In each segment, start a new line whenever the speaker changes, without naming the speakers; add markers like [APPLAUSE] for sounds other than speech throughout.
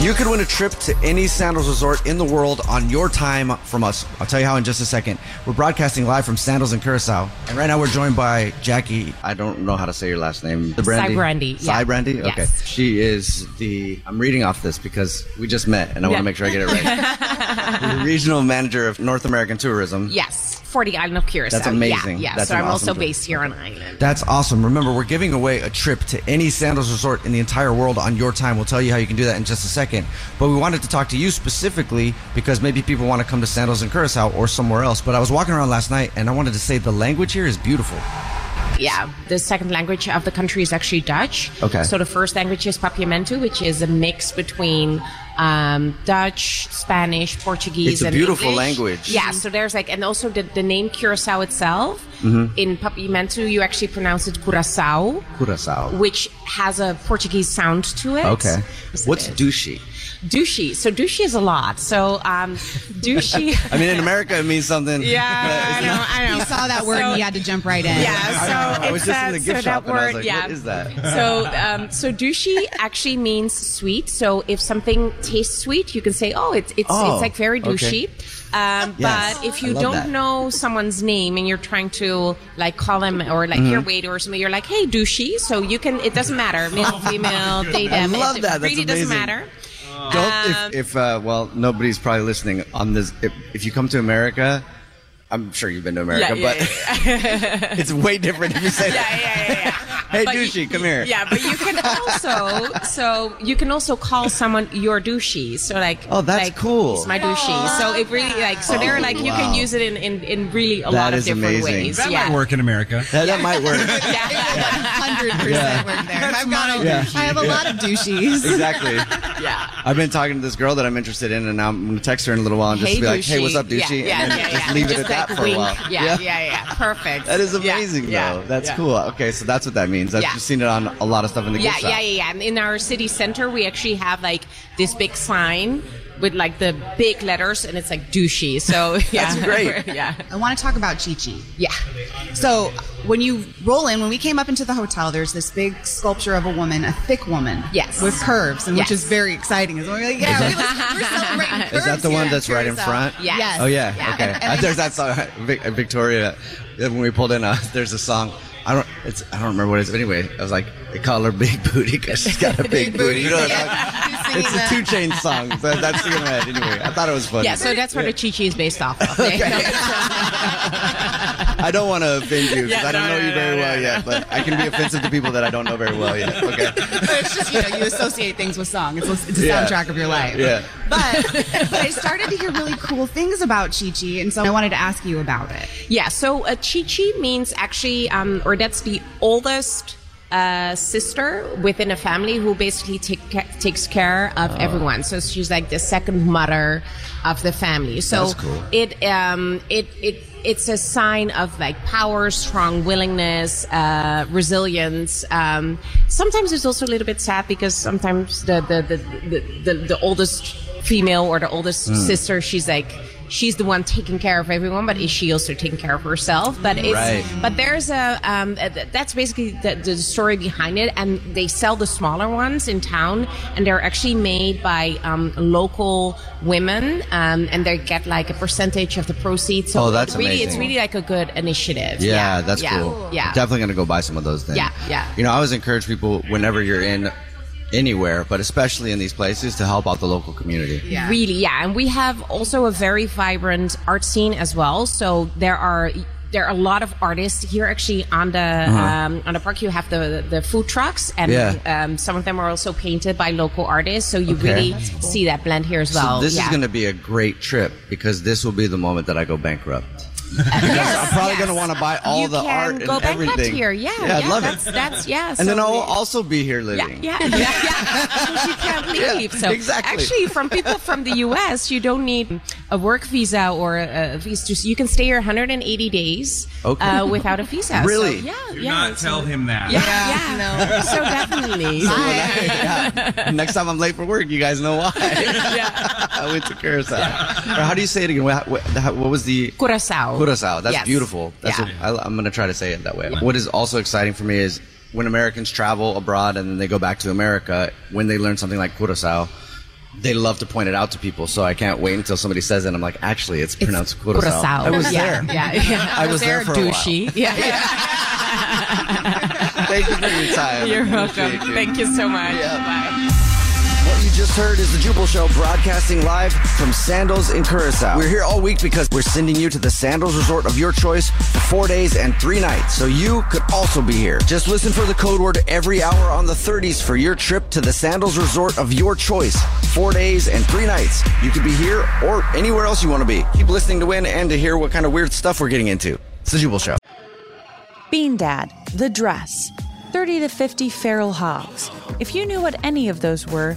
You could win a trip to any Sandals Resort in the world on your time from us. I'll tell you how in just a second. We're broadcasting live from Sandals in Curacao. And right now we're joined by Jackie. I don't know how to say your last name. The Brandy.
Brandy,
Cy
yeah.
Brandy? Okay.
Yes.
She is the, I'm reading off this because we just met and I want
Yeah.
to make sure I get it
[LAUGHS]
right. the regional manager of North American Tourism.
Yes, 40 Island of Curacao.
That's amazing.
Yeah, yeah.
That's
so
an
I'm
awesome
also
trip.
based here on Island.
That's awesome. Remember, we're giving away a trip to any Sandals resort in the entire world on your time. We'll tell you how you can do that in just a second. But we wanted to talk to you specifically because maybe people want to come to Sandals in Curacao or somewhere else. But I was walking around last night and I wanted to say the language here is beautiful.
Yeah, the second language of the country is actually Dutch.
Okay.
So the first language is Papiamentu, which is a mix between um, Dutch, Spanish, Portuguese.
It's a
and
beautiful
English.
language.
Yeah. So there's like, and also the, the name Curacao itself.
Mm-hmm.
In Papiamentu, you actually pronounce it Curacao,
Curacao.
which has a Portuguese sound to it.
Okay.
So
What's
it's
douchey?
douchey? So douchey is a lot. So um, douchey.
[LAUGHS] I mean, in America, it means something.
Yeah, I know, I know.
He saw that word and he had to jump right in.
Yeah, so
I was
it's
just
that-
in the
so
gift shop
that
and I was
word,
like,
yeah.
what is that?
So, um, so douchey actually means sweet. So if something tastes sweet, you can say, "Oh, it's it's,
Oh,
it's like very
okay.
douchey." Um,
Yes.
But if
I
you
love
don't
that.
know someone's name and you're trying to like call him or like your waiter or something, you're like, "Hey, douchey." So you can. It doesn't matter, male, female, they them.
love
it
that. That's
really doesn't
amazing.
matter.
Don't,
Um,
if, if uh, well, nobody's probably listening on this. If, if you come to America, I'm sure you've been to America,
yeah,
but [LAUGHS] it's way different if you say
Yeah,
that.
yeah, yeah, yeah.
Hey,
But you-
douchey, come here.
Yeah, but you can also so you can also call someone your douchey. So like,
Oh, that's
like,
cool.
He's my douchey. So it really like so they're like you
wow.
can use it in in, in really a
That
lot of
is
different
amazing.
ways.
That
yeah.
might work in America.
That, that might work.
[LAUGHS] Yeah.
100% work there.
That's
I've got
my
a,
douchey.
I have a lot of douchies.
[LAUGHS]
Exactly.
Yeah.
I've been talking to this girl that I'm interested in, and now I'm going to text her in a little while and just
Hey,
be like, "Hey,
douchey.
what's up,
Yeah,
douchey?"
yeah,
and then
yeah,
just
yeah.
leave it at
Just
that
like
for a
wink.
while.
Yeah, yeah, yeah, yeah. Perfect.
That is
Yeah,
amazing,
yeah,
though. That's
yeah.
cool. Okay, so that's what that means. I've
Yeah.
just seen it on a lot of stuff in the
Yeah,
gift shop.
yeah, yeah, yeah. And in our city center, we actually have like this big sign with like the big letters, and it's like douchey. So [LAUGHS] yeah,
That's great.
yeah,
I want to talk about Chi Chi.
yeah.
So when you roll in, when we came up into the hotel, there's this big sculpture of a woman, a thick woman,
Yes.
with curves, and
Yes.
which is very exciting. And we're like, yeah, we're, like, we're celebrating
[LAUGHS] Is that
curves
the
here
one
at
that's right in
Curacao.
front?
Yes. Yes.
Oh [LAUGHS] yeah.
Yeah.
Okay.
and-
there's that song, Vic- Victoria. When we pulled in, uh, [LAUGHS] there's a song. I don't. It's. I don't remember what it is. But anyway, I was like, they call her Big Booty because
[LAUGHS]
she's got a big, booty. You know, it's
Yeah.
like-
Who's
it's
singing
a two chain song. So that's in my head. Anyway, I thought it was funny.
Yeah, so that's where the Chi Chi is based off of.
I don't want to offend you because
Yeah,
I don't
no,
know
no,
you
no,
very
no,
well
no.
yet. But I can be offensive to people that I don't know very well yet.
[LAUGHS]
Okay.
But it's just you know you associate things with song. It's, it's a
Yeah.
soundtrack of your life.
Yeah.
But but I started to hear really cool things about Chi Chi, and so I wanted to ask you about it.
[LAUGHS] yeah, so uh, Chi Chi means actually, um, or that's the oldest uh, sister within a family who basically take, ca- takes care of everyone. So she's like the second mother of the family. So
That's cool.
it um, it it it's a sign of like power, strong willingness, uh, resilience. Um, sometimes it's also a little bit sad because sometimes the the the the, the, the oldest female or the oldest sister, she's like. She's the one taking care of everyone, but is she also taking care of herself? But it's
Right.
but there's a um, uh, th- that's basically the, the story behind it, and they sell the smaller ones in town, and they're actually made by um, local women, um, and they get like a percentage of the proceeds. So
Oh, that's
it's really it's
amazing.
really like a good initiative.
Yeah, that's
yeah,
cool.
Yeah,
Definitely going to go buy some of those things.
Yeah, yeah.
You know, I always encourage people whenever you're in anywhere, but especially in these places, to help out the local community. Yeah.
really yeah and we have also a very vibrant art scene as well so there are there are a lot of artists here actually on the um, on the park you have the the food trucks and
Uh-huh. Yeah.
um, some of them are also painted by local artists so you
Okay.
really see that blend here as well
So this
yeah.
is going to be a great trip because this will be the moment that I go
[LAUGHS]
bankrupt. Because I'm probably going to want to buy all
you
the
can
art
go
and
bankrupt
everything
here yeah
yeah, I love
that's,
it.
that's yeah
and then
so
I'll
we-
also be here
yeah,
living.
yeah, yeah, yeah. you can't
[LAUGHS]
leave. so
exactly.
Actually, from people from the U.S., you don't need a work visa or a a visa. to- You can stay here 180 days
Okay.
uh, without a visa.
Really?
So, yeah.
Do
yeah.
not tell him that.
Yeah. yeah. So
[LAUGHS]
definitely.
[LAUGHS] Yeah. Next time I'm late for work, you guys know
[LAUGHS]
why. [LAUGHS] I went to Curacao. Or how do you say it again? What, what, how- what was the
Curacao.
Curacao? That's
Yes.
beautiful. That's
yeah.
a, I, I'm going to try to say it that way. What is also exciting for me is when Americans travel abroad and then they go back to America, when they learn something like Curacao, they love to point it out to people. So I can't wait until somebody says it. and I'm like, actually, it's pronounced Curacao.
Curacao.
I was
yeah.
there.
Yeah. yeah.
I was there for a while.
douchey. Yeah.
[LAUGHS] [LAUGHS] Thank you for your time.
You're
Appreciate
welcome. Thank you so much. Bye.
What you just heard is the Jubal Show broadcasting live from Sandals in Curacao. We're here all week because we're sending you to the Sandals Resort of your choice for four days and three nights, so you could also be here. Just listen for the code word every hour on the 30s for your trip to the Sandals Resort of your choice. Four days and three nights. You could be here or anywhere else you want to be. Keep listening to win and to hear what kind of weird stuff we're getting into. It's the Jubal Show.
Bean Dad, The Dress, 30 to 50 Feral Hogs. If you knew what any of those were,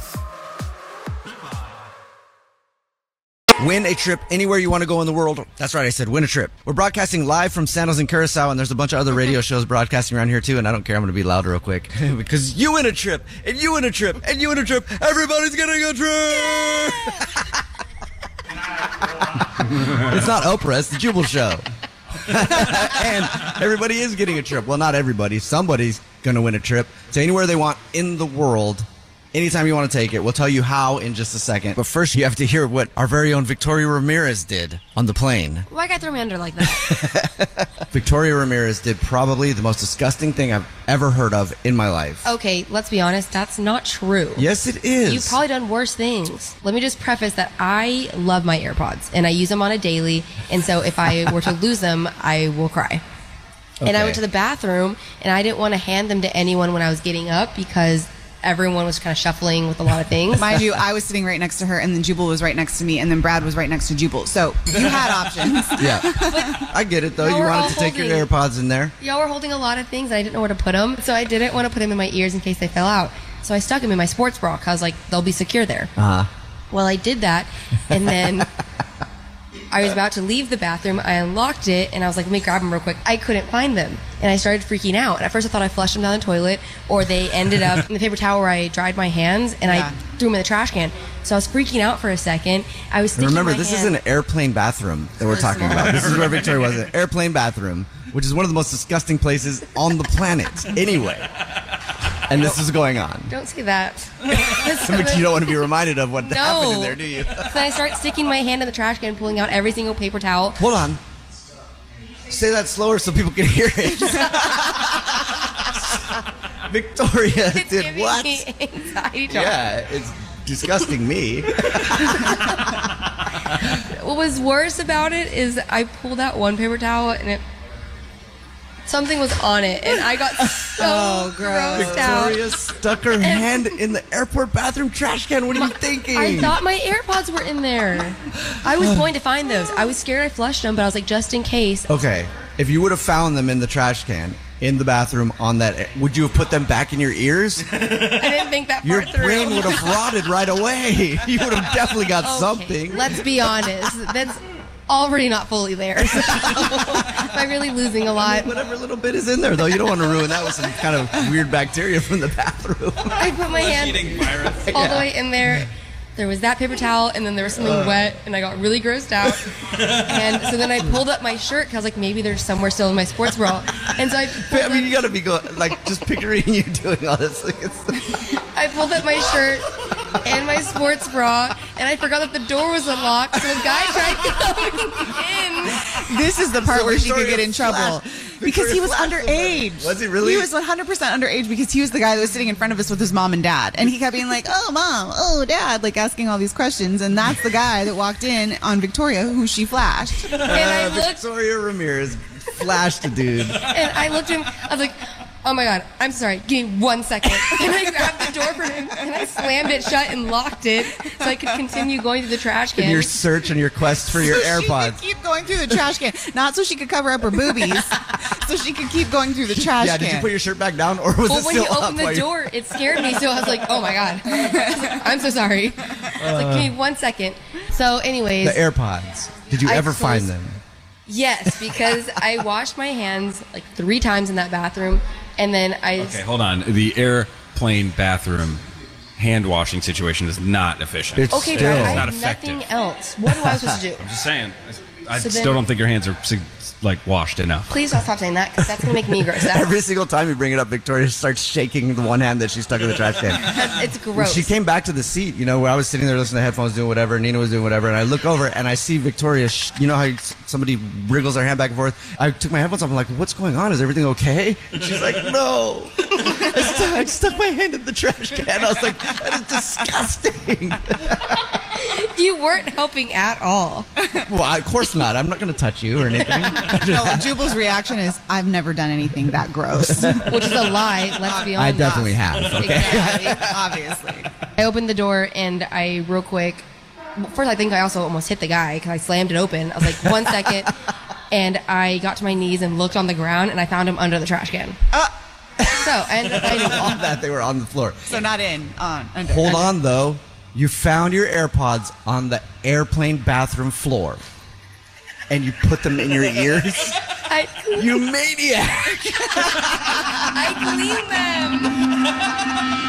Win a trip anywhere you want to go in the world. That's right, I said win a trip. We're broadcasting live from Sandals and Curacao, and there's a bunch of other radio shows broadcasting around here too. And I don't care, I'm going to be loud real quick [LAUGHS] because you win a trip, and you win a trip, and you win a trip. Everybody's gonna go trip. it's not Oprah, it's the Jubal Show, and everybody is getting a trip. Well, not everybody. Somebody's going to win a trip to anywhere they want in the world. Anytime you want to take it, we'll tell you how in just a second. But first, you have to hear what our very own Victoria Ramirez did on the plane.
Why guy throw me under like that?
[LAUGHS] Victoria Ramirez did probably the most disgusting thing I've ever heard of in my life.
okay, let's be honest. That's not true.
Yes, it is.
You've probably done worse things. Let me just preface that I love my AirPods and I use them on a daily. And so if I were to lose them, I will cry. And I
Okay.
went to the bathroom and I didn't want to hand them to anyone when I was getting up because everyone was kind of shuffling with a lot of things.
Mind you, I was sitting right next to her, and then Jubal was right next to me, and then Brad was right next to Jubal. So you had options.
[LAUGHS]
Yeah. I get it, though.
No,
you
we're all
wanted to take your
holding.
AirPods in there.
Y'all were holding a lot of things and I didn't know where to put them. So I didn't want to put them in my ears in case they fell out. So I stuck them in my sports bra 'cause I was like, they'll be secure there. Uh-huh. Well, I did that. And
[LAUGHS]
then I was about to leave the bathroom. I unlocked it and I was like, let me grab them real quick. I couldn't find them. And I started freaking out. And at first I thought I flushed them down the toilet or they ended up in the paper towel where I dried my hands and
Yeah.
I threw them in the trash can. So I was freaking out for a second. I was
And
thinking
remember,
my
this
hand- [LAUGHS]
is an airplane bathroom that we're talking about. This is where Victoria was an airplane bathroom. which is one of the most disgusting places on the planet anyway. And this is going on.
Don't say
[LAUGHS]
that.
But you don't want to be reminded of what happened in there, do you?
So I start sticking my hand in the trash can and pulling out every single paper towel.
Hold on. Say that slower so people can hear it. [LAUGHS] Victoria
It's
did
giving
what?
me [LAUGHS] anxiety trouble.
Yeah, it's disgusting
[LAUGHS]
me.
What was worse about it is I pulled out one paper towel and it something was on it and I
[LAUGHS]
got so grossed out.
Oh, Victoria stuck her hand in the airport bathroom trash can. What are you thinking?
I thought my AirPods were in there. I
[SIGHS]
was going to find those. I was scared I flushed them, but I was like, just in case.
okay, if you would have found them in the trash can, in the bathroom, on that, air- would you have put them back in
[LAUGHS]
your ears?
I didn't think that
Your
far through.
brain would have rotted right away. [LAUGHS] You would have definitely
[LAUGHS]
got
Okay,
something.
Let's be honest. That's already not fully there. So [LAUGHS] I'm really losing a
[LAUGHS]
lot.
[LAUGHS] Whatever little bit is in there, though, you don't want to ruin that with some kind of weird bacteria from the bathroom. [LAUGHS]
I put my
[LAUGHS]
hand
Eating virus.
all the way in there. There was that paper towel, and then there was something wet, and I got really grossed out. and so then I pulled up my shirt because I was like, maybe there's somewhere still in my sports bra. And so I pulled,
I mean, you
up,
gotta be going like just picturing [LAUGHS] you doing all this. Like, it's,
I pulled up my shirt and my sports bra, and I forgot that the door was unlocked. So a guy tried coming in.
This is the part
[LAUGHS] So
where she could
Victoria
get in trouble [LAUGHS] because
flashed- Victoria
he was
flashed
underage.
somebody. Was he really?
He was 100% underage because he was the guy that was sitting in front of us with his mom and dad. And he kept being like, oh, mom, oh, dad, like asking all these questions. And that's the guy that walked in on Victoria, who she flashed.
And
[LAUGHS]
I
Uh,
looked,
Victoria Ramirez flashed a
[LAUGHS]
dude.
and I looked at him. I was like, "Oh my god, I'm sorry. Give me one second. [LAUGHS] And I grabbed the door for him and I slammed it shut and locked it so I could continue going to the trash
in
can.
your search and your quest
[LAUGHS]
for your
So She could
AirPods.
keep going through the trash can. Not so she could cover up her boobies, so she could keep going through the trash
Yeah,
can.
did you put your shirt back down or was
well,
it
when you
still up?
opened
while
the
you-
door, it scared me. So I was like, "Oh my god, [LAUGHS] I was like, I'm so sorry." I was like, "Give me one second. So, anyways,
Uh. The AirPods. Did you
I
ever
closed-
find them?
yes, because I washed my hands like three times in that bathroom, and then I
Okay, hold on. The airplane bathroom hand washing situation is not efficient.
It's
okay,
still.
Brad, I
It's
have
not effective.
nothing else. What do I supposed
[LAUGHS]
to do?
I'm just saying. I I
So
still
then-
don't think your hands are sig- like washed enough.
Please don't stop saying that because that's gonna make me
[LAUGHS]
gross out.
Every single time you bring it up, Victoria starts shaking the one hand that she stuck in the trash can.
[LAUGHS] it's
When
gross.
she came back to the seat, you know, where I was sitting there listening to headphones, doing whatever. Nina was doing whatever, and I look over and I see Victoria. Sh- you know how s- somebody wriggles their hand back and forth. I took my headphones off. I'm like, "What's going on? Is everything okay?" And she's like, "No, [LAUGHS] I, stu- I stuck my hand in the trash can." I was like, "That is disgusting." [LAUGHS]
You weren't helping at all.
well, I- of course not. I'm not going to touch you or anything. [LAUGHS]
no, Jubal's reaction is, I've never done anything that gross.
Which is a lie, let's be honest.
I definitely have. [LAUGHS]
Exactly.
Obviously.
I opened the door and I real quick. First, I think I also almost hit the guy because I slammed it open. I was like, one
[LAUGHS]
second. And I got to my knees and looked on the ground and I found him under the trash can.
Uh.
[LAUGHS] So I ended up
[LAUGHS]
finding him.
on that they were on the floor.
So not in. On. Under.
Hold on though. You found your AirPods on the airplane bathroom floor. And you put them in your ears?
I,
[LAUGHS] You maniac!
I cleaned them.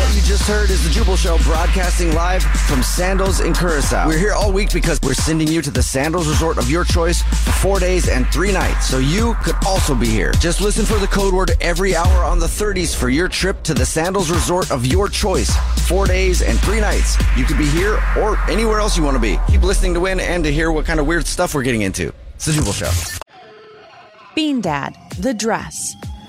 What you just heard is the Jubal Show broadcasting live from Sandals in Curacao. We're here all week because we're sending you to the Sandals Resort of your choice for four days and three nights, so you could also be here. Just listen for the code word every hour on the 30s for your trip to the Sandals Resort of your choice. Four days and three nights. You could be here or anywhere else you want to be. Keep listening to win and to hear what kind of weird stuff we're getting into. It's the Jubal Show.
Bean Dad, The Dress,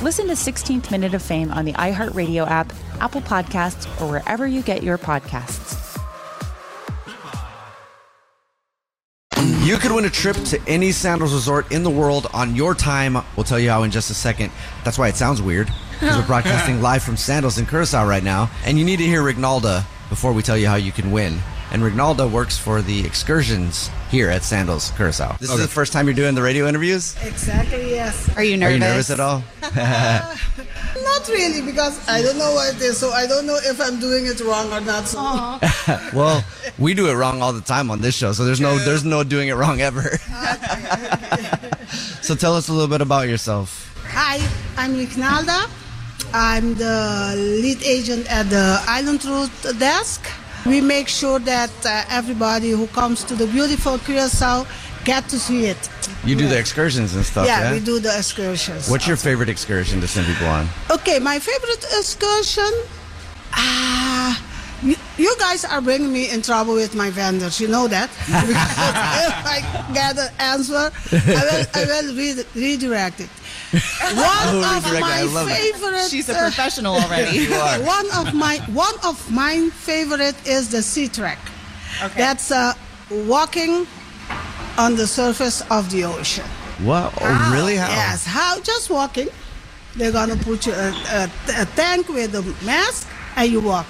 Listen to 16th Minute of Fame on the iHeartRadio app, Apple Podcasts, or wherever you get your podcasts.
You could win a trip to any sandals resort in the world on your time. We'll tell you how in just a second. That's why it sounds weird
[LAUGHS]
because we're broadcasting live from sandals in Curacao right now, and you need to hear Rignalda before we tell you how you can win. And Rignalda works for the excursions here at Sandals Curacao. This is the first time you're doing the radio interviews.
Exactly, yes.
Are you
Are
nervous?
you nervous at all?
Not really, because I don't know what it is, so I don't know if I'm doing it wrong or not. So [LAUGHS]
well, we do it wrong all the time on this show, so there's no there's no doing it
[LAUGHS]
wrong ever. so tell us a little bit about yourself.
Hi, I'm Rignalda. I'm the lead agent at the Island Road desk. We make sure that uh, everybody who comes to the beautiful Curacao get to see it.
You do the excursions and stuff. Yeah,
yeah, we do the excursions.
What's your favorite excursion to send people on?
Okay, my favorite excursion. Ah, you, you guys are bringing me in trouble with my vendors. You know that. [LAUGHS] Because if I get an answer, I will, I will re- redirect
[LAUGHS]
it. One of
redirect it. I
my
love it.
favorite.
She's a
uh, [LAUGHS]
professional already.
You are.
one of my one of my favorite is the sea track. Okay. That's uh, walking on the surface of the ocean.
Wow! Oh, really? How?
Yes, how just walking. They're gonna put you a, a, a tank with a mask and you walk.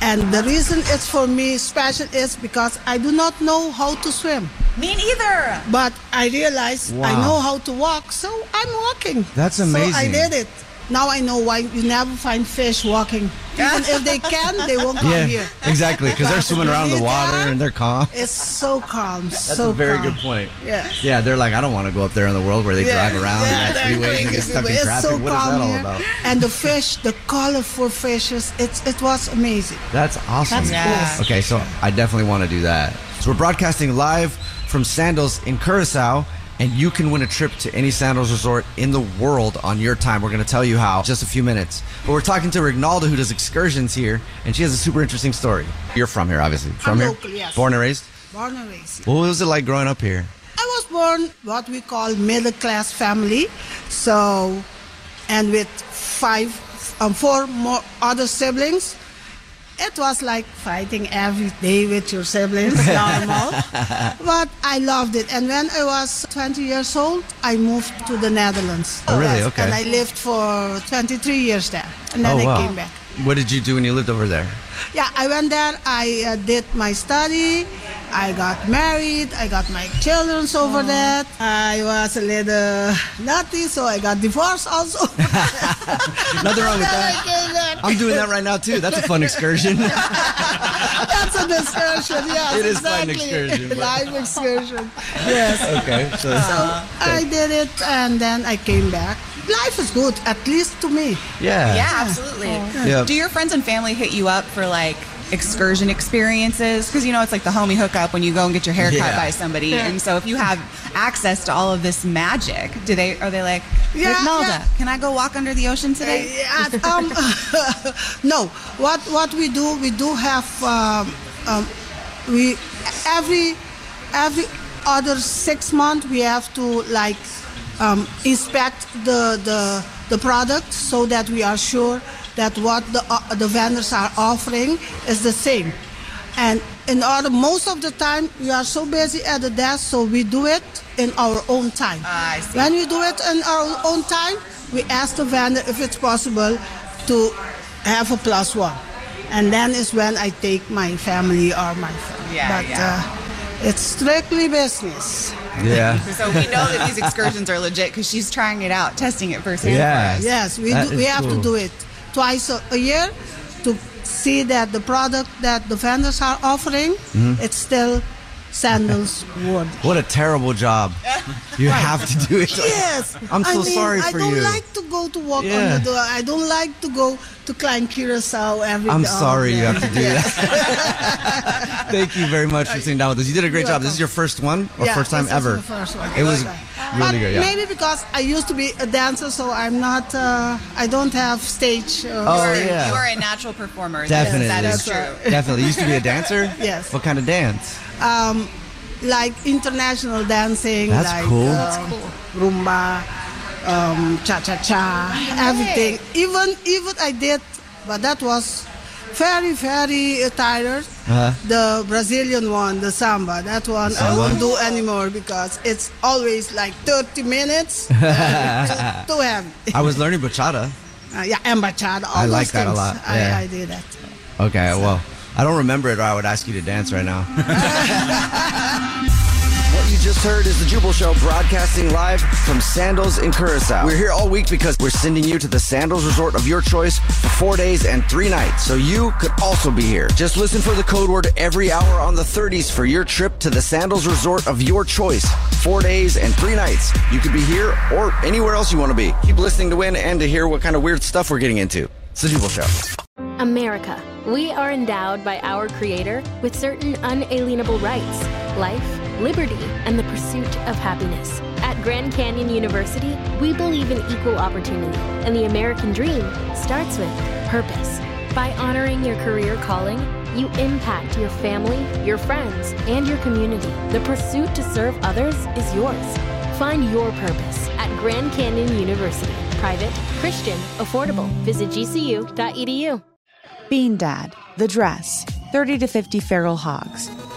And the reason it's for me special is because I do not know how to swim,
Me neither.
but I realize I
Wow.
know how to walk, so I'm walking.
That's
So I
amazing.
did it. Now I know why you never find fish
[LAUGHS]
walking. Even if they can, they won't come
Yeah,
here.
[LAUGHS] exactly. Because they're swimming around in the water and they're calm.
It's so calm. That's
That's a very good point.
Yeah.
Yeah, they're like, I don't want to go up there in the world where they
Yeah,
drive around
yeah,
and
they're
have freeways and
crazy
get stuck in
people.
traffic.
It's so
what is
calm
that all
here.
about?
And the fish, the colorful fishes, it's it was amazing.
That's awesome.
That's Yeah. cool.
Okay, so I definitely want to do that. So we're broadcasting live from Sandals in Curacao, and you can win a trip to any Sandals resort in the world on your time. We're going to tell you how in just a few minutes. But we're talking to Rignalda, who does excursions here, and she has a super interesting story. You're from here, obviously. From here,
local, yes.
born and raised.
Born and raised.
What was it like growing up here?
I was born what we call middle class family, so and with five um, four more other siblings. It was like fighting every day with your
[LAUGHS]
siblings, normal. but I loved it. And when I was 20 years old, I moved to the Netherlands.
Oh, really? Okay.
And I lived for 23 years there. And then
oh wow!
I came back.
What did you do when you lived over
[LAUGHS]
there?
Yeah, I went there. I uh, did my study. I got married. I got my children over there. I was a little naughty, so I got divorced also. [LAUGHS]
[LAUGHS] Nothing wrong with
I
that.
came back.
I'm doing that right now too. That's a [LAUGHS] fun
[LAUGHS]
excursion.
That's an excursion. Yes,
It is quite an
exactly.
excursion, but-
Live excursion. Yes.
okay, so
I did it, and then I came back. Life is good, at least to me.
yeah,
Yeah, absolutely.
Oh,
Yeah.
Do your friends and family hit you up for like excursion experiences? Because you know it's like the homie hookup when you go and get your hair cut
Yeah.
by somebody. And so if you have access to all of this magic, do they are they like,
Yeah,
Rinalda,
yeah.
can I go walk under the ocean today?
Uh, yeah, um, [LAUGHS] no, what what we do, we do have um, um, we every every other six months we have to like um, inspect the, the the product so that we are sure that what the uh, the vendors are offering is the same. And in order, most of the time we are so busy at the desk, so we do it in our own time.
Ah, I see.
When we do it in our own time, we ask the vendor if it's possible to have a plus one. And then is when I take my family or my friend.
Yeah,
but
yeah.
Uh, it's strictly business.
yeah.
So we know that these excursions are legit because she's trying it out, testing it firsthand.
Yeah.
For us.
Yes, we,
That
do,
is
we have
cool.
to do it twice a, a year to see that the product that the vendors are offering,
Mm-hmm.
it's still
[LAUGHS]
sandals wood.
What a terrible
[LAUGHS]
job. You have to do it.
Yes.
I'm so
I mean,
sorry
I
for
don't
you.
like to go to walk
Yeah.
on the door. I don't like to go to climb Curacao every
I'm
day.
sorry you
Oh, Yeah.
have to do that. [LAUGHS] Thank you very much for sitting down with us. You did a great job. This is your first one or
Yeah,
first time
this is
ever?
the first one.
It was
Okay.
really
But
good. Yeah.
Maybe because I used to be a dancer, so I'm not. Uh, I don't have stage. Uh,
Oh,
You are,
yeah.
you are a natural performer.
Definitely.
That is true.
Definitely. You used to be a dancer?
Yes.
What kind of dance?
um, like international dancing.
That's
like,
cool.
uh,
That's
Rumba. um, cha cha cha, everything. Even even I did, but that was very very uh, tired.
Uh-huh.
The Brazilian one, the samba, that one I won't do anymore because it's always like 30
[LAUGHS]
minutes uh, to heavy.
I was learning bachata.
Uh, yeah, and bachata. All
I
those
like that a
things.
lot,
I,
yeah.
I did that.
Okay, well, I don't remember it, or I would ask you to dance right now. [LAUGHS] What you just heard is the Jubal Show broadcasting live from Sandals in Curacao. We're here all week because we're sending you to the Sandals Resort of your choice for four days and three nights, so you could also be here. Just listen for the code word every hour on the 30s for your trip to the Sandals Resort of your choice. Four days and three nights. You could be here or anywhere else you want to be. Keep listening to win and to hear what kind of weird stuff we're getting into. It's the Jubal Show.
America, we are endowed by our Creator with certain unalienable rights life, liberty, and the pursuit of happiness. At Grand Canyon University, we believe in equal opportunity, and the American dream starts with purpose. By honoring your career calling, you impact your family, your friends, and your community. The pursuit to serve others is yours. Find your purpose at Grand Canyon University. Private, Christian, affordable. Visit E gcu.edu.
Bean Dad, The Dress, 30 to 50 Feral Hogs.